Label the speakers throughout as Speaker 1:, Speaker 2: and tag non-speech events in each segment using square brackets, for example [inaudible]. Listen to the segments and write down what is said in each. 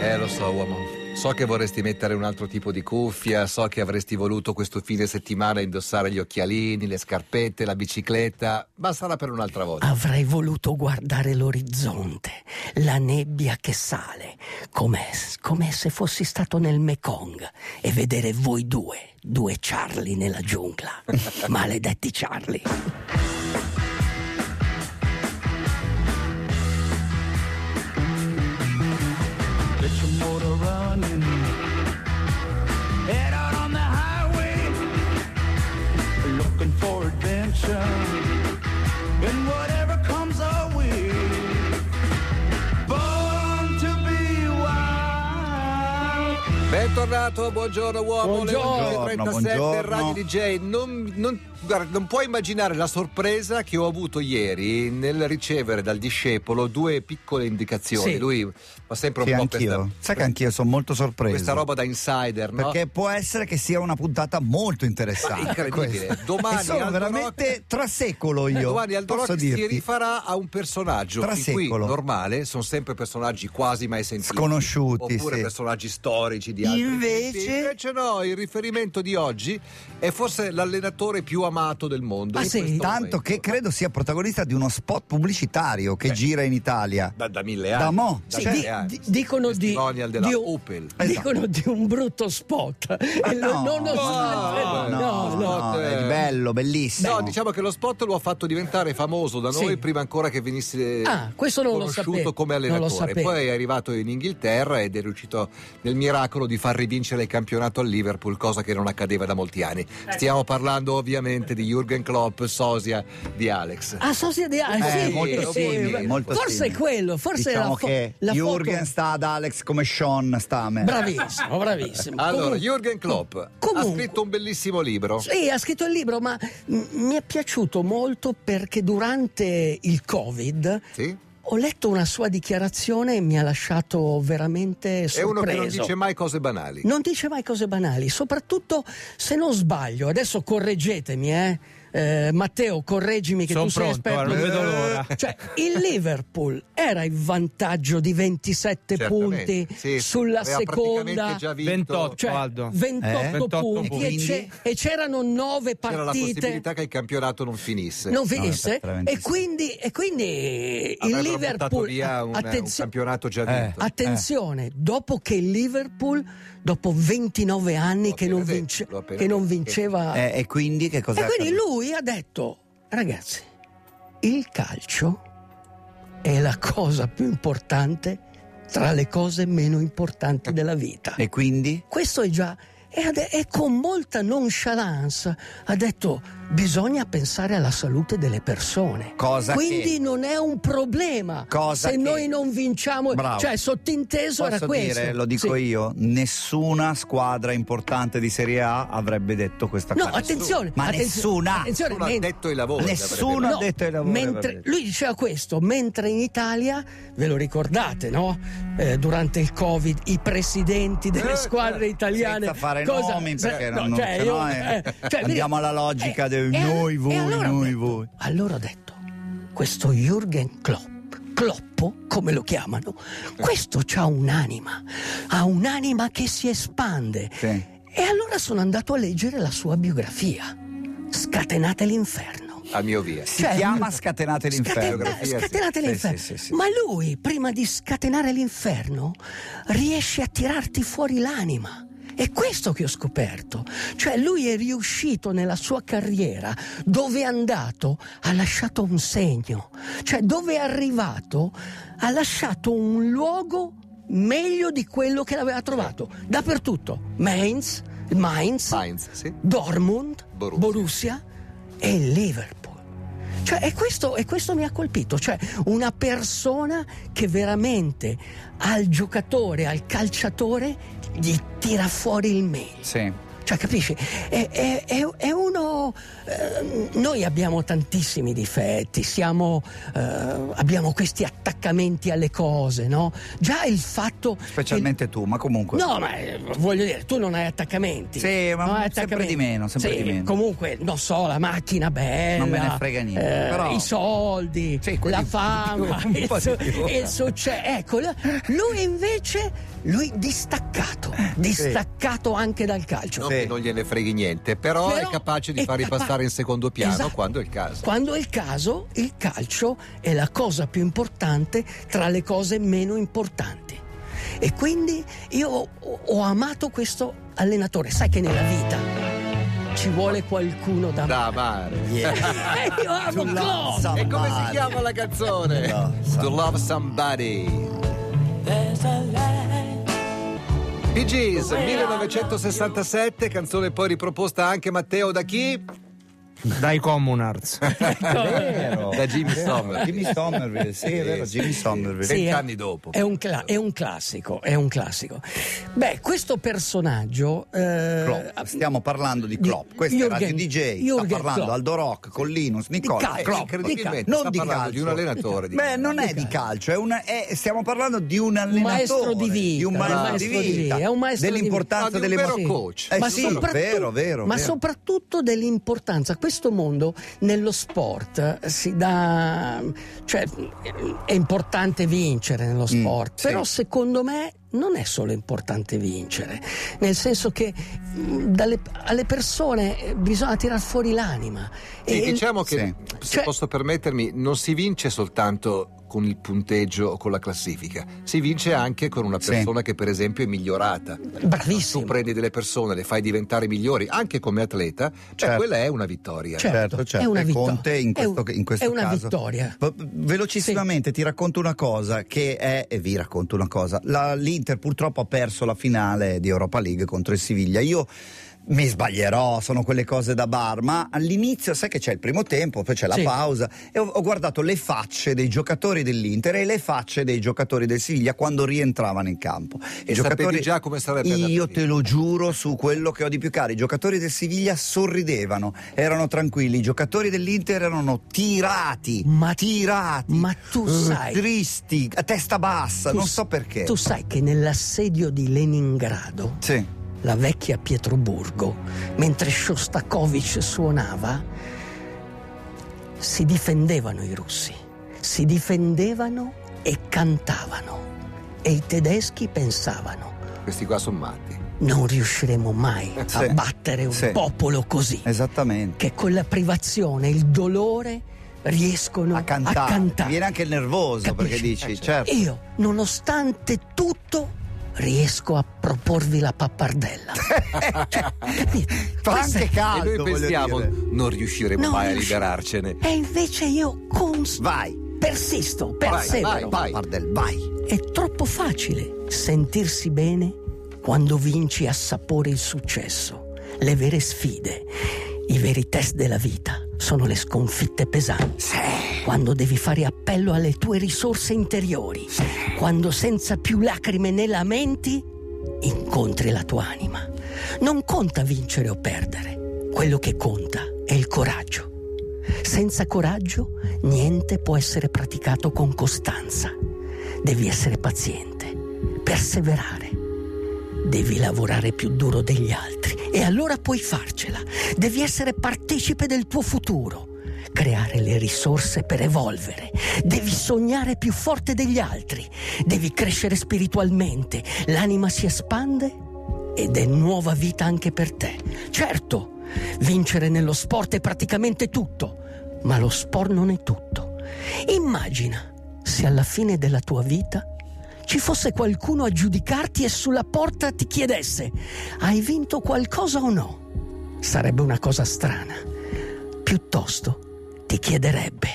Speaker 1: Eh, lo so, uomo. So che vorresti mettere un altro tipo di cuffia, so che avresti voluto questo fine settimana indossare gli occhialini, le scarpette, la bicicletta, ma sarà per un'altra volta.
Speaker 2: Avrei voluto guardare l'orizzonte, la nebbia che sale, come, come se fossi stato nel Mekong e vedere voi due, due Charlie nella
Speaker 3: [laughs]
Speaker 2: giungla. Maledetti Charlie.
Speaker 4: Get your motor running. Head out on the highway. Looking for adventure. And whatever comes our way. Born to be wild.
Speaker 1: Bentornato, buongiorno uomo,
Speaker 3: Buongiorno,
Speaker 1: le 11.37
Speaker 3: buongiorno.
Speaker 1: Radio DJ. Non, non- guarda, non puoi immaginare la sorpresa che ho avuto ieri nel ricevere dal discepolo due piccole indicazioni.
Speaker 2: Sì.
Speaker 1: Lui fa sempre un
Speaker 3: Sì,
Speaker 1: po'
Speaker 3: anch'io.
Speaker 1: questa,
Speaker 3: Sai che anch'io sono molto sorpreso.
Speaker 1: questa roba da insider, no?
Speaker 3: Perché può essere che sia una puntata molto interessante.
Speaker 1: Ma incredibile.
Speaker 3: questa.
Speaker 1: Domani
Speaker 3: E sono
Speaker 1: Aldo
Speaker 3: veramente
Speaker 1: Rock-
Speaker 3: trasecolo
Speaker 1: Eh,
Speaker 3: io.
Speaker 1: Domani Aldo
Speaker 3: posso
Speaker 1: Rock si
Speaker 3: dirti.
Speaker 1: rifarà a un personaggio
Speaker 3: Tra
Speaker 1: in cui
Speaker 3: secolo.
Speaker 1: normale sono sempre personaggi quasi mai sentiti
Speaker 3: Sconosciuti,
Speaker 1: oppure
Speaker 3: sì.
Speaker 1: personaggi storici di altri
Speaker 3: Invece-
Speaker 1: tipi. Invece no, il riferimento di oggi è forse l'allenatore più amato del mondo
Speaker 2: Ah,
Speaker 1: in
Speaker 2: sì?
Speaker 1: questo
Speaker 3: Tanto
Speaker 1: momento.
Speaker 3: che credo sia protagonista di uno spot pubblicitario
Speaker 1: Eh.
Speaker 3: che gira in Italia.
Speaker 1: da, da mille
Speaker 3: Da
Speaker 1: anni
Speaker 3: mo'.
Speaker 1: da
Speaker 2: Sì,
Speaker 1: mille
Speaker 2: di-
Speaker 3: eh,
Speaker 1: anni.
Speaker 2: di- dicono di,
Speaker 1: Testimonial della
Speaker 2: di un-
Speaker 1: Opel
Speaker 3: Esatto.
Speaker 2: dicono di un brutto spot. e lo-
Speaker 3: no.
Speaker 2: nonostante-
Speaker 1: No,
Speaker 2: no, no.
Speaker 1: no,
Speaker 3: è
Speaker 1: eh.
Speaker 3: di bello, bellissimo.
Speaker 1: No, diciamo che lo spot lo ha fatto diventare famoso da noi
Speaker 2: Sì.
Speaker 1: prima ancora che venisse
Speaker 2: Ah, questo non lo
Speaker 1: conosciuto
Speaker 2: sapevo,
Speaker 1: come
Speaker 2: non lo
Speaker 1: allenatore.
Speaker 2: sapevo.
Speaker 1: Poi è arrivato in Inghilterra ed è riuscito nel miracolo di far rivincere il campionato al Liverpool, cosa che non accadeva da molti anni. Stiamo parlando ovviamente di Jürgen Klopp, sosia di Alex.
Speaker 2: Ah, sosia di ah,
Speaker 3: Eh,
Speaker 2: sì,
Speaker 3: molto
Speaker 2: sì,
Speaker 3: simile,
Speaker 2: beh,
Speaker 3: molto
Speaker 2: forse è
Speaker 3: simile.
Speaker 2: quello, forse è
Speaker 3: diciamo
Speaker 2: la, fo-
Speaker 3: che
Speaker 2: la foto-
Speaker 3: Jürgen sta ad Alex come Sean sta a me.
Speaker 2: Bravissimo, bravissimo.
Speaker 1: Allora,
Speaker 2: Ah, Comunque-
Speaker 1: Jürgen Klopp ha
Speaker 2: comunque-
Speaker 1: scritto un bellissimo libro.
Speaker 2: Sì, ha scritto il libro, ma m- mi è piaciuto molto perché durante il Covid
Speaker 1: Sì?
Speaker 2: ho letto una sua dichiarazione e mi ha lasciato veramente sorpreso.
Speaker 1: È uno che non dice mai cose banali.
Speaker 2: Non dice mai cose banali, soprattutto se non sbaglio. Adesso correggetemi, eh. Eh, Matteo, correggimi che
Speaker 5: Sono
Speaker 2: tu sei
Speaker 5: pronto,
Speaker 2: esperto.
Speaker 5: guarda, non vedo l'ora.
Speaker 2: Cioè, il Liverpool era in vantaggio di 27 punti
Speaker 1: Certamente. Sì, sì,
Speaker 2: sulla
Speaker 1: aveva
Speaker 2: seconda
Speaker 1: praticamente già vinto.
Speaker 5: 28
Speaker 2: cioè,
Speaker 5: Aldo.
Speaker 2: 28,
Speaker 3: Eh?
Speaker 5: 28
Speaker 2: punti, e,
Speaker 5: punti.
Speaker 2: c'è- e c'erano 9
Speaker 1: C'era la
Speaker 2: partite
Speaker 1: possibilità che il campionato non finisse.
Speaker 2: non
Speaker 3: No,
Speaker 2: finisse
Speaker 3: è veramente
Speaker 2: e
Speaker 3: sì.
Speaker 2: quindi, e quindi il
Speaker 1: Avrebbero buttato
Speaker 2: Liverpool
Speaker 1: via un, un
Speaker 2: attenzio-
Speaker 1: campionato Eh. già
Speaker 3: Eh.
Speaker 1: vinto.
Speaker 2: attenzione dopo che il Liverpool dopo 29 anni
Speaker 1: L'ho
Speaker 2: che non,
Speaker 1: appena
Speaker 2: vince-
Speaker 1: detto, l'ho appena
Speaker 2: che non
Speaker 1: detto.
Speaker 2: vinceva
Speaker 3: Eh, e quindi che cosa
Speaker 2: e quindi lui ha detto ragazzi il calcio è la cosa più importante tra le cose meno importanti della vita
Speaker 3: E quindi?
Speaker 2: questo è già. E, ade- e con molta nonchalance ha detto: bisogna pensare alla salute delle persone.
Speaker 3: Cosa
Speaker 2: Quindi
Speaker 3: che-
Speaker 2: non è un problema
Speaker 3: Cosa
Speaker 2: se
Speaker 3: che-
Speaker 2: noi non vinciamo.
Speaker 3: Bravo.
Speaker 2: Cioè, sottinteso era
Speaker 3: Posso
Speaker 2: questo.
Speaker 3: dire, lo dico
Speaker 2: Sì.
Speaker 3: io, nessuna squadra importante di Serie A avrebbe detto questa
Speaker 2: No,
Speaker 3: cosa.
Speaker 2: attenzione,
Speaker 3: Ma
Speaker 2: attenzione,
Speaker 3: nessuna.
Speaker 2: attenzione,
Speaker 1: Nessuno ha
Speaker 2: men-
Speaker 1: detto i lavori.
Speaker 3: Nessuno
Speaker 1: avrebbe
Speaker 3: ha detto ai lavori.
Speaker 2: mentre,
Speaker 3: avrebbe detto.
Speaker 2: lui diceva questo, mentre in Italia, ve lo ricordate, no? Eh, durante il Covid, i presidenti delle
Speaker 1: Eh,
Speaker 2: squadre
Speaker 1: certo.
Speaker 2: italiane.
Speaker 3: Senza fare
Speaker 2: cosa-
Speaker 3: nomi,
Speaker 2: se-
Speaker 3: perché
Speaker 2: no,
Speaker 3: non- non-
Speaker 2: cioè,
Speaker 3: sennò
Speaker 2: io-
Speaker 3: è-
Speaker 2: eh, cioè, eh,
Speaker 3: andiamo alla logica del noi, voi,
Speaker 2: ho
Speaker 3: noi,
Speaker 2: detto-
Speaker 3: voi.
Speaker 2: Allora ho detto, questo Jürgen Klopp. Cloppo, come lo chiamano, questo ha un'anima, ha un'anima che si espande.
Speaker 3: Sì.
Speaker 2: E allora sono andato a leggere la sua biografia, Scatenate l'inferno.
Speaker 1: detto. A mio via.
Speaker 3: Si
Speaker 2: cioè-
Speaker 3: chiama Scatenate l'inferno.
Speaker 2: Scatena-
Speaker 1: Biografia, sì.
Speaker 2: scatenate
Speaker 3: Sì,
Speaker 2: l'inferno.
Speaker 3: sì, sì, sì.
Speaker 2: Ma lui, prima di scatenare l'inferno, riesce a tirarti fuori l'anima. È questo che ho scoperto. Cioè, lui è riuscito nella sua carriera, dove è andato, ha lasciato un segno. Cioè, dove è arrivato, ha lasciato un luogo meglio di quello che l'aveva trovato. Dappertutto. Mainz, Mainz,
Speaker 1: Sainz, sì.
Speaker 2: Dortmund,
Speaker 1: Borussia.
Speaker 2: Borussia, e il Liverpool. Cioè, e questo, e questo mi ha colpito, cioè una persona che veramente al giocatore, al calciatore, gli tira fuori il meglio.
Speaker 3: Sì.
Speaker 2: Cioè, capisci? È, è- è- è uno. ehm, noi abbiamo tantissimi difetti, siamo, eh, abbiamo questi attaccamenti alle cose, no? Già il fatto. che-
Speaker 3: Specialmente tu, ma comunque.
Speaker 2: No, ma eh, voglio dire, tu non hai attaccamenti.
Speaker 3: Sì, ma
Speaker 2: Non hai
Speaker 3: sempre
Speaker 2: attaccamenti.
Speaker 3: di meno, sempre
Speaker 2: Sì,
Speaker 3: di meno.
Speaker 2: Comunque, non so, la macchina bella. eh,
Speaker 3: Non me ne frega niente, però-
Speaker 2: I soldi,
Speaker 3: Sì, quelli
Speaker 2: la
Speaker 3: un po' di
Speaker 2: fama,
Speaker 3: più, [laughs] un
Speaker 2: il,
Speaker 3: po' di
Speaker 2: su-
Speaker 3: più.
Speaker 2: il successo. Ecco, la- lui invece lui distaccato,
Speaker 3: Eh,
Speaker 2: distaccato anche dal calcio.
Speaker 1: Non
Speaker 3: Sì.
Speaker 1: che non gliene freghi niente, però,
Speaker 2: Però
Speaker 1: è capace di
Speaker 2: è
Speaker 1: far
Speaker 2: capa-
Speaker 1: ripassare in secondo piano
Speaker 2: Esatto.
Speaker 1: quando è il caso.
Speaker 2: Quando è il caso, il calcio è la cosa più importante tra le cose meno importanti. E quindi io ho, ho amato questo allenatore. Sai che nella vita ci vuole qualcuno da
Speaker 1: Da amare. [laughs]
Speaker 2: amare. E io amo
Speaker 3: Sulla-
Speaker 2: Klopp.
Speaker 3: sa-
Speaker 1: E come si
Speaker 3: Somebody.
Speaker 1: chiama la canzone?
Speaker 3: No,
Speaker 1: To Love Somebody. Bee Gees, 1967, canzone poi riproposta anche Matteo da chi?
Speaker 5: Dai Comunards.
Speaker 3: Vero.
Speaker 1: Da Jimmy Somerville.
Speaker 3: Jimmy Somerville, sì, è vero, Jimmy Somerville.
Speaker 2: Sì, è-
Speaker 1: Vent'anni dopo.
Speaker 2: È un, cla- è un classico, è un classico. Beh, questo personaggio... eh,
Speaker 3: Klopp.
Speaker 2: ab-
Speaker 3: Stiamo parlando di Klopp, questo
Speaker 2: Jürgen-
Speaker 3: è Radio DJ,
Speaker 2: Jürgen
Speaker 3: sta parlando
Speaker 2: Klopp.
Speaker 3: Aldo Rock, Collinus, Nicola,
Speaker 2: calcio.
Speaker 1: Eh,
Speaker 3: Klopp.
Speaker 1: incredibilmente,
Speaker 3: Non
Speaker 1: sta
Speaker 3: di
Speaker 1: parlando
Speaker 3: calcio.
Speaker 1: di un allenatore. di-
Speaker 3: Beh, non è di calcio, è una- è- stiamo parlando di un
Speaker 2: Un
Speaker 3: allenatore,
Speaker 2: maestro di vita,
Speaker 3: di un maestro di vita,
Speaker 2: è un maestro di
Speaker 3: dell'importanza
Speaker 1: vita. Ah, di
Speaker 3: delle
Speaker 1: un vero
Speaker 3: ma-
Speaker 1: coach.
Speaker 3: Eh
Speaker 2: ma,
Speaker 3: sì,
Speaker 2: soprattutto,
Speaker 3: vero, vero,
Speaker 2: ma
Speaker 3: vero.
Speaker 2: soprattutto dell'importanza. Questo mondo nello sport eh, si dà. cioè eh, è importante vincere nello sport.
Speaker 3: Mm, sì.
Speaker 2: Però secondo me non è solo importante vincere, nel senso che mh, dalle- alle persone eh, bisogna tirar fuori l'anima.
Speaker 1: Sì,
Speaker 2: E-
Speaker 1: diciamo che,
Speaker 3: Sì.
Speaker 1: se
Speaker 2: Cioè-
Speaker 1: posso permettermi, non si vince soltanto con il punteggio o con la classifica, si vince anche con una
Speaker 3: Sì.
Speaker 1: persona che per esempio è migliorata.
Speaker 2: Bravissimo.
Speaker 1: Tu prendi delle persone, le fai diventare migliori anche come atleta, beh,
Speaker 3: Certo.
Speaker 1: quella è una vittoria.
Speaker 2: Certo,
Speaker 3: certo.
Speaker 2: è una
Speaker 3: E
Speaker 2: vittoria.
Speaker 3: Conte in
Speaker 2: È un-
Speaker 3: questo, in questo
Speaker 2: è una
Speaker 3: caso.
Speaker 2: vittoria.
Speaker 3: V- velocissimamente ti racconto una cosa che è, e vi racconto una cosa, La- l'Inter purtroppo ha perso la finale di Europa League contro il Siviglia. Io mi sbaglierò, sono quelle cose da bar, ma all'inizio sai che c'è il primo tempo, poi c'è la
Speaker 2: Sì.
Speaker 3: pausa e ho, ho guardato le facce dei giocatori dell'Inter e le facce dei giocatori del Siviglia quando rientravano in campo. I
Speaker 1: E sapevi già come sarebbe andata
Speaker 3: Io
Speaker 1: lì.
Speaker 3: te lo giuro su quello che ho di più caro. I giocatori del Siviglia sorridevano, erano tranquilli. I giocatori dell'Inter erano tirati,
Speaker 2: Ma-
Speaker 3: tirati.
Speaker 2: ma tu
Speaker 3: eh,
Speaker 2: sai-
Speaker 3: Tristi, a testa bassa,
Speaker 2: tu
Speaker 3: non
Speaker 2: s-
Speaker 3: so perché.
Speaker 2: Tu sai che nell'assedio di Leningrado
Speaker 3: Sì.
Speaker 2: la vecchia Pietroburgo, mentre Shostakovich suonava, si difendevano i russi, si difendevano e cantavano. E i tedeschi pensavano,
Speaker 1: Questi qua sono matti.
Speaker 2: non riusciremo mai a
Speaker 3: Sì,
Speaker 2: battere un
Speaker 3: sì.
Speaker 2: popolo così,
Speaker 3: Esattamente.
Speaker 2: che con la privazione, il dolore, riescono
Speaker 3: A cantare. Viene anche il nervoso perché
Speaker 2: Capisci? Eh,
Speaker 3: dici, certo.
Speaker 2: Io, nonostante tutto, riesco a proporvi
Speaker 1: [laughs]
Speaker 2: la pappardella. Cioè, capito?
Speaker 3: Fa
Speaker 2: Questa-
Speaker 3: anche caldo.
Speaker 1: e noi
Speaker 3: voglio
Speaker 1: pensiamo,
Speaker 3: dire.
Speaker 1: non riusciremo
Speaker 2: Non
Speaker 1: mai a
Speaker 2: riusci-
Speaker 1: liberarcene.
Speaker 2: E invece io cons-
Speaker 3: Vai,
Speaker 2: persisto,
Speaker 1: Vai,
Speaker 2: persevero.
Speaker 1: vai.
Speaker 3: Pardel, vai.
Speaker 2: È troppo facile sentirsi bene quando vinci a sapore il successo, le vere sfide, i veri test della vita. Sono le sconfitte pesanti. Quando devi fare appello alle tue risorse interiori. Quando senza più lacrime né lamenti incontri la tua anima. Non conta vincere o perdere. Quello che conta è il coraggio. Senza coraggio niente può essere praticato con costanza. Devi essere paziente, perseverare. Devi lavorare più duro degli altri e allora puoi farcela. Devi essere partecipe del tuo futuro, creare le risorse per evolvere. Devi sognare più forte degli altri. Devi crescere spiritualmente. L'anima si espande ed è nuova vita anche per te. Certo, vincere nello sport è praticamente tutto, ma lo sport non è tutto. Immagina se alla fine della tua vita ci fosse qualcuno a giudicarti e sulla porta ti chiedesse hai vinto qualcosa o no? Sarebbe una cosa strana. Piuttosto ti chiederebbe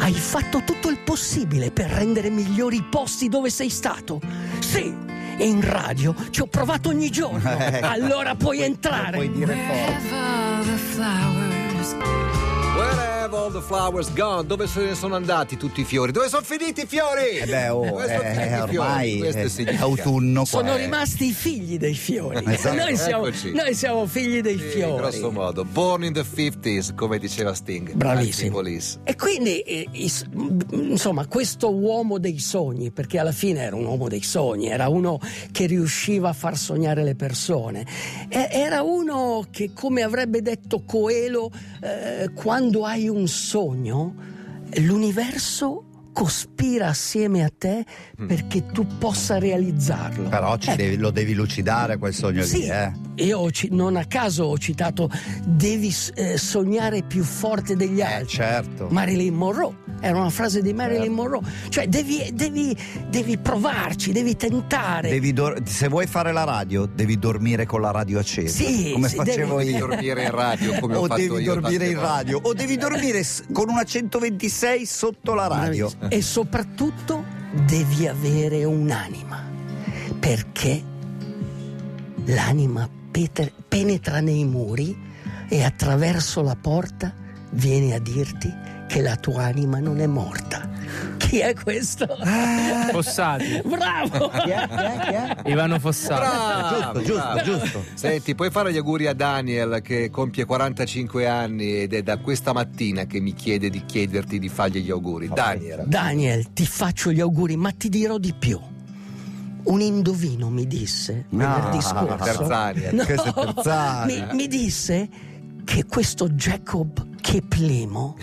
Speaker 2: hai fatto tutto il possibile per rendere migliori i posti dove sei stato? Sì! E in radio ci ho provato
Speaker 1: [laughs]
Speaker 2: ogni giorno. Allora puoi entrare.
Speaker 3: Puoi dire forte.
Speaker 6: Wherever the flowers
Speaker 1: Where have all the flowers gone? Dove se ne sono andati tutti i fiori? Dove sono finiti i fiori?
Speaker 3: Eh beh, oh,
Speaker 1: Dove sono
Speaker 3: eh,
Speaker 1: finiti i fiori?
Speaker 3: ormai
Speaker 1: Questo
Speaker 3: è, è
Speaker 1: significa-
Speaker 3: autunno. qua,
Speaker 2: Sono
Speaker 3: eh.
Speaker 2: rimasti i figli dei fiori.
Speaker 3: Esatto,
Speaker 2: Noi siamo,
Speaker 1: eccoci.
Speaker 2: noi siamo figli dei
Speaker 1: Sì,
Speaker 2: fiori.
Speaker 1: Eh, grosso modo, born in the 50s, come diceva Sting. Anzi,
Speaker 2: Bravissimo.
Speaker 1: Police.
Speaker 2: E quindi, eh, is- m- insomma, questo uomo dei sogni, perché alla fine era un uomo dei sogni, era uno che riusciva a far sognare le persone, E- era uno che, come avrebbe detto Coelho, eh, quando hai un sogno, l'universo cospira assieme a te perché tu possa realizzarlo.
Speaker 3: Mm. Però ci
Speaker 2: Eh,
Speaker 3: devi- lo devi lucidare quel sogno
Speaker 2: sì,
Speaker 3: lì, eh.
Speaker 2: Io ho ci- non a caso ho citato devi eh, sognare più forte degli
Speaker 3: Eh,
Speaker 2: altri.
Speaker 3: certo.
Speaker 2: Marilyn Monroe, era una frase di Marilyn
Speaker 3: Certo.
Speaker 2: Monroe, cioè devi, devi- devi provarci, devi tentare.
Speaker 3: Devi dor- se vuoi fare la radio, devi dormire con la radio accesa.
Speaker 2: Sì,
Speaker 3: come
Speaker 2: sì,
Speaker 3: facevo
Speaker 2: devi-
Speaker 1: Devi
Speaker 3: io.
Speaker 1: dormire in radio
Speaker 3: [laughs]
Speaker 1: come ho
Speaker 3: o
Speaker 1: fatto io.
Speaker 3: devi dormire
Speaker 1: tante
Speaker 3: in
Speaker 1: volte.
Speaker 3: radio, o devi dormire s- con una 126 sotto la radio.
Speaker 2: E soprattutto devi avere un'anima, perché l'anima peter- penetra nei muri e attraverso la porta viene a dirti che la tua anima non è morta. Chi è questo?
Speaker 3: Ah.
Speaker 5: Fossati.
Speaker 2: [laughs] Bravo!
Speaker 5: Ivano Fossati.
Speaker 1: Bravi,
Speaker 3: Esatto, giusto,
Speaker 1: bravi.
Speaker 3: giusto, giusto.
Speaker 1: Senti, puoi fare gli auguri a Daniel che compie 45 anni ed è da questa mattina che mi chiede di chiederti di fargli gli auguri. Daniel.
Speaker 2: Daniel, ti faccio gli auguri, ma ti dirò di più. Un indovino mi disse
Speaker 3: No,
Speaker 2: venerdì scorso.
Speaker 1: Terzani, eh.
Speaker 3: Questo è Terzani.
Speaker 2: mi, mi disse che questo Jacob Keplimo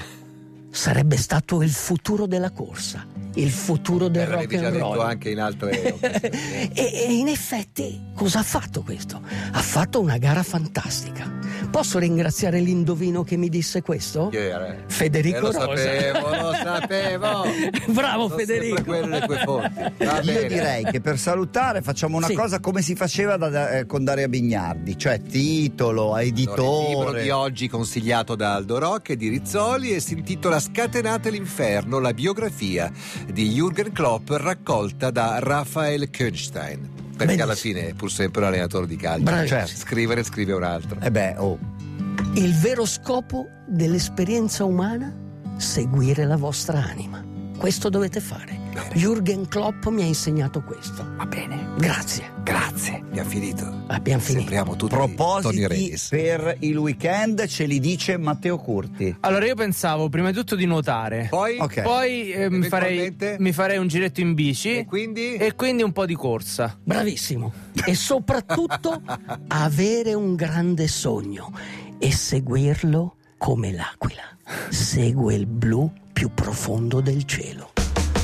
Speaker 2: sarebbe stato il futuro della corsa, il futuro del
Speaker 1: Eh, l'avevi
Speaker 2: rock
Speaker 1: già
Speaker 2: and roll.
Speaker 1: detto anche in
Speaker 3: [laughs]
Speaker 1: altre occasioni.
Speaker 2: [laughs] e, e in effetti cosa ha fatto questo? Ha fatto una gara fantastica. Posso ringraziare l'indovino che mi disse questo?
Speaker 1: Chi era, eh?
Speaker 2: Federico
Speaker 1: Eh, lo
Speaker 2: Rosa.
Speaker 1: sapevo,
Speaker 2: [laughs]
Speaker 1: lo sapevo.
Speaker 2: Bravo
Speaker 1: Sono
Speaker 2: Federico.
Speaker 1: sempre quelle le tue fonti. Va bene.
Speaker 3: Io direi che per salutare facciamo una
Speaker 2: Sì.
Speaker 3: cosa come si faceva da- eh, con Daria Bignardi, cioè titolo, editore.
Speaker 1: Allora, il libro di oggi consigliato da Aldo Rock e di Rizzoli e si intitola Scatenate l'inferno, la biografia di Jürgen Klopp raccolta da Raphael Koenstein. Perché
Speaker 2: Benissimo.
Speaker 1: alla fine è pur sempre un allenatore di calcio. Cioè,
Speaker 2: Bravissimo.
Speaker 3: Certo.
Speaker 1: Scrivere scrive un altro.
Speaker 3: Eh beh, oh,
Speaker 2: Il vero scopo dell'esperienza umana? Seguire la vostra anima. Questo dovete fare. Jürgen Klopp mi ha insegnato questo. Va bene. Grazie.
Speaker 1: Grazie, abbiamo finito.
Speaker 2: Abbiamo finito.
Speaker 1: Sembriamo tutti Tony
Speaker 3: propositi
Speaker 1: Reyes.
Speaker 3: per il weekend ce li dice Matteo Curti.
Speaker 5: Allora io pensavo prima di tutto di nuotare.
Speaker 1: Poi,
Speaker 3: Ok.
Speaker 5: Poi eh, mi, farei,
Speaker 1: Eventualmente?
Speaker 5: mi farei un giretto in bici.
Speaker 1: E quindi?
Speaker 5: E quindi un po' di corsa.
Speaker 2: Bravissimo.
Speaker 1: [laughs]
Speaker 2: E soprattutto avere un grande sogno e seguirlo come l'aquila. Segue il blu più profondo del cielo.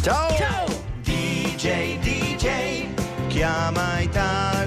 Speaker 3: Ciao!
Speaker 2: Ciao!
Speaker 4: DJ, DJ, chiama Italia.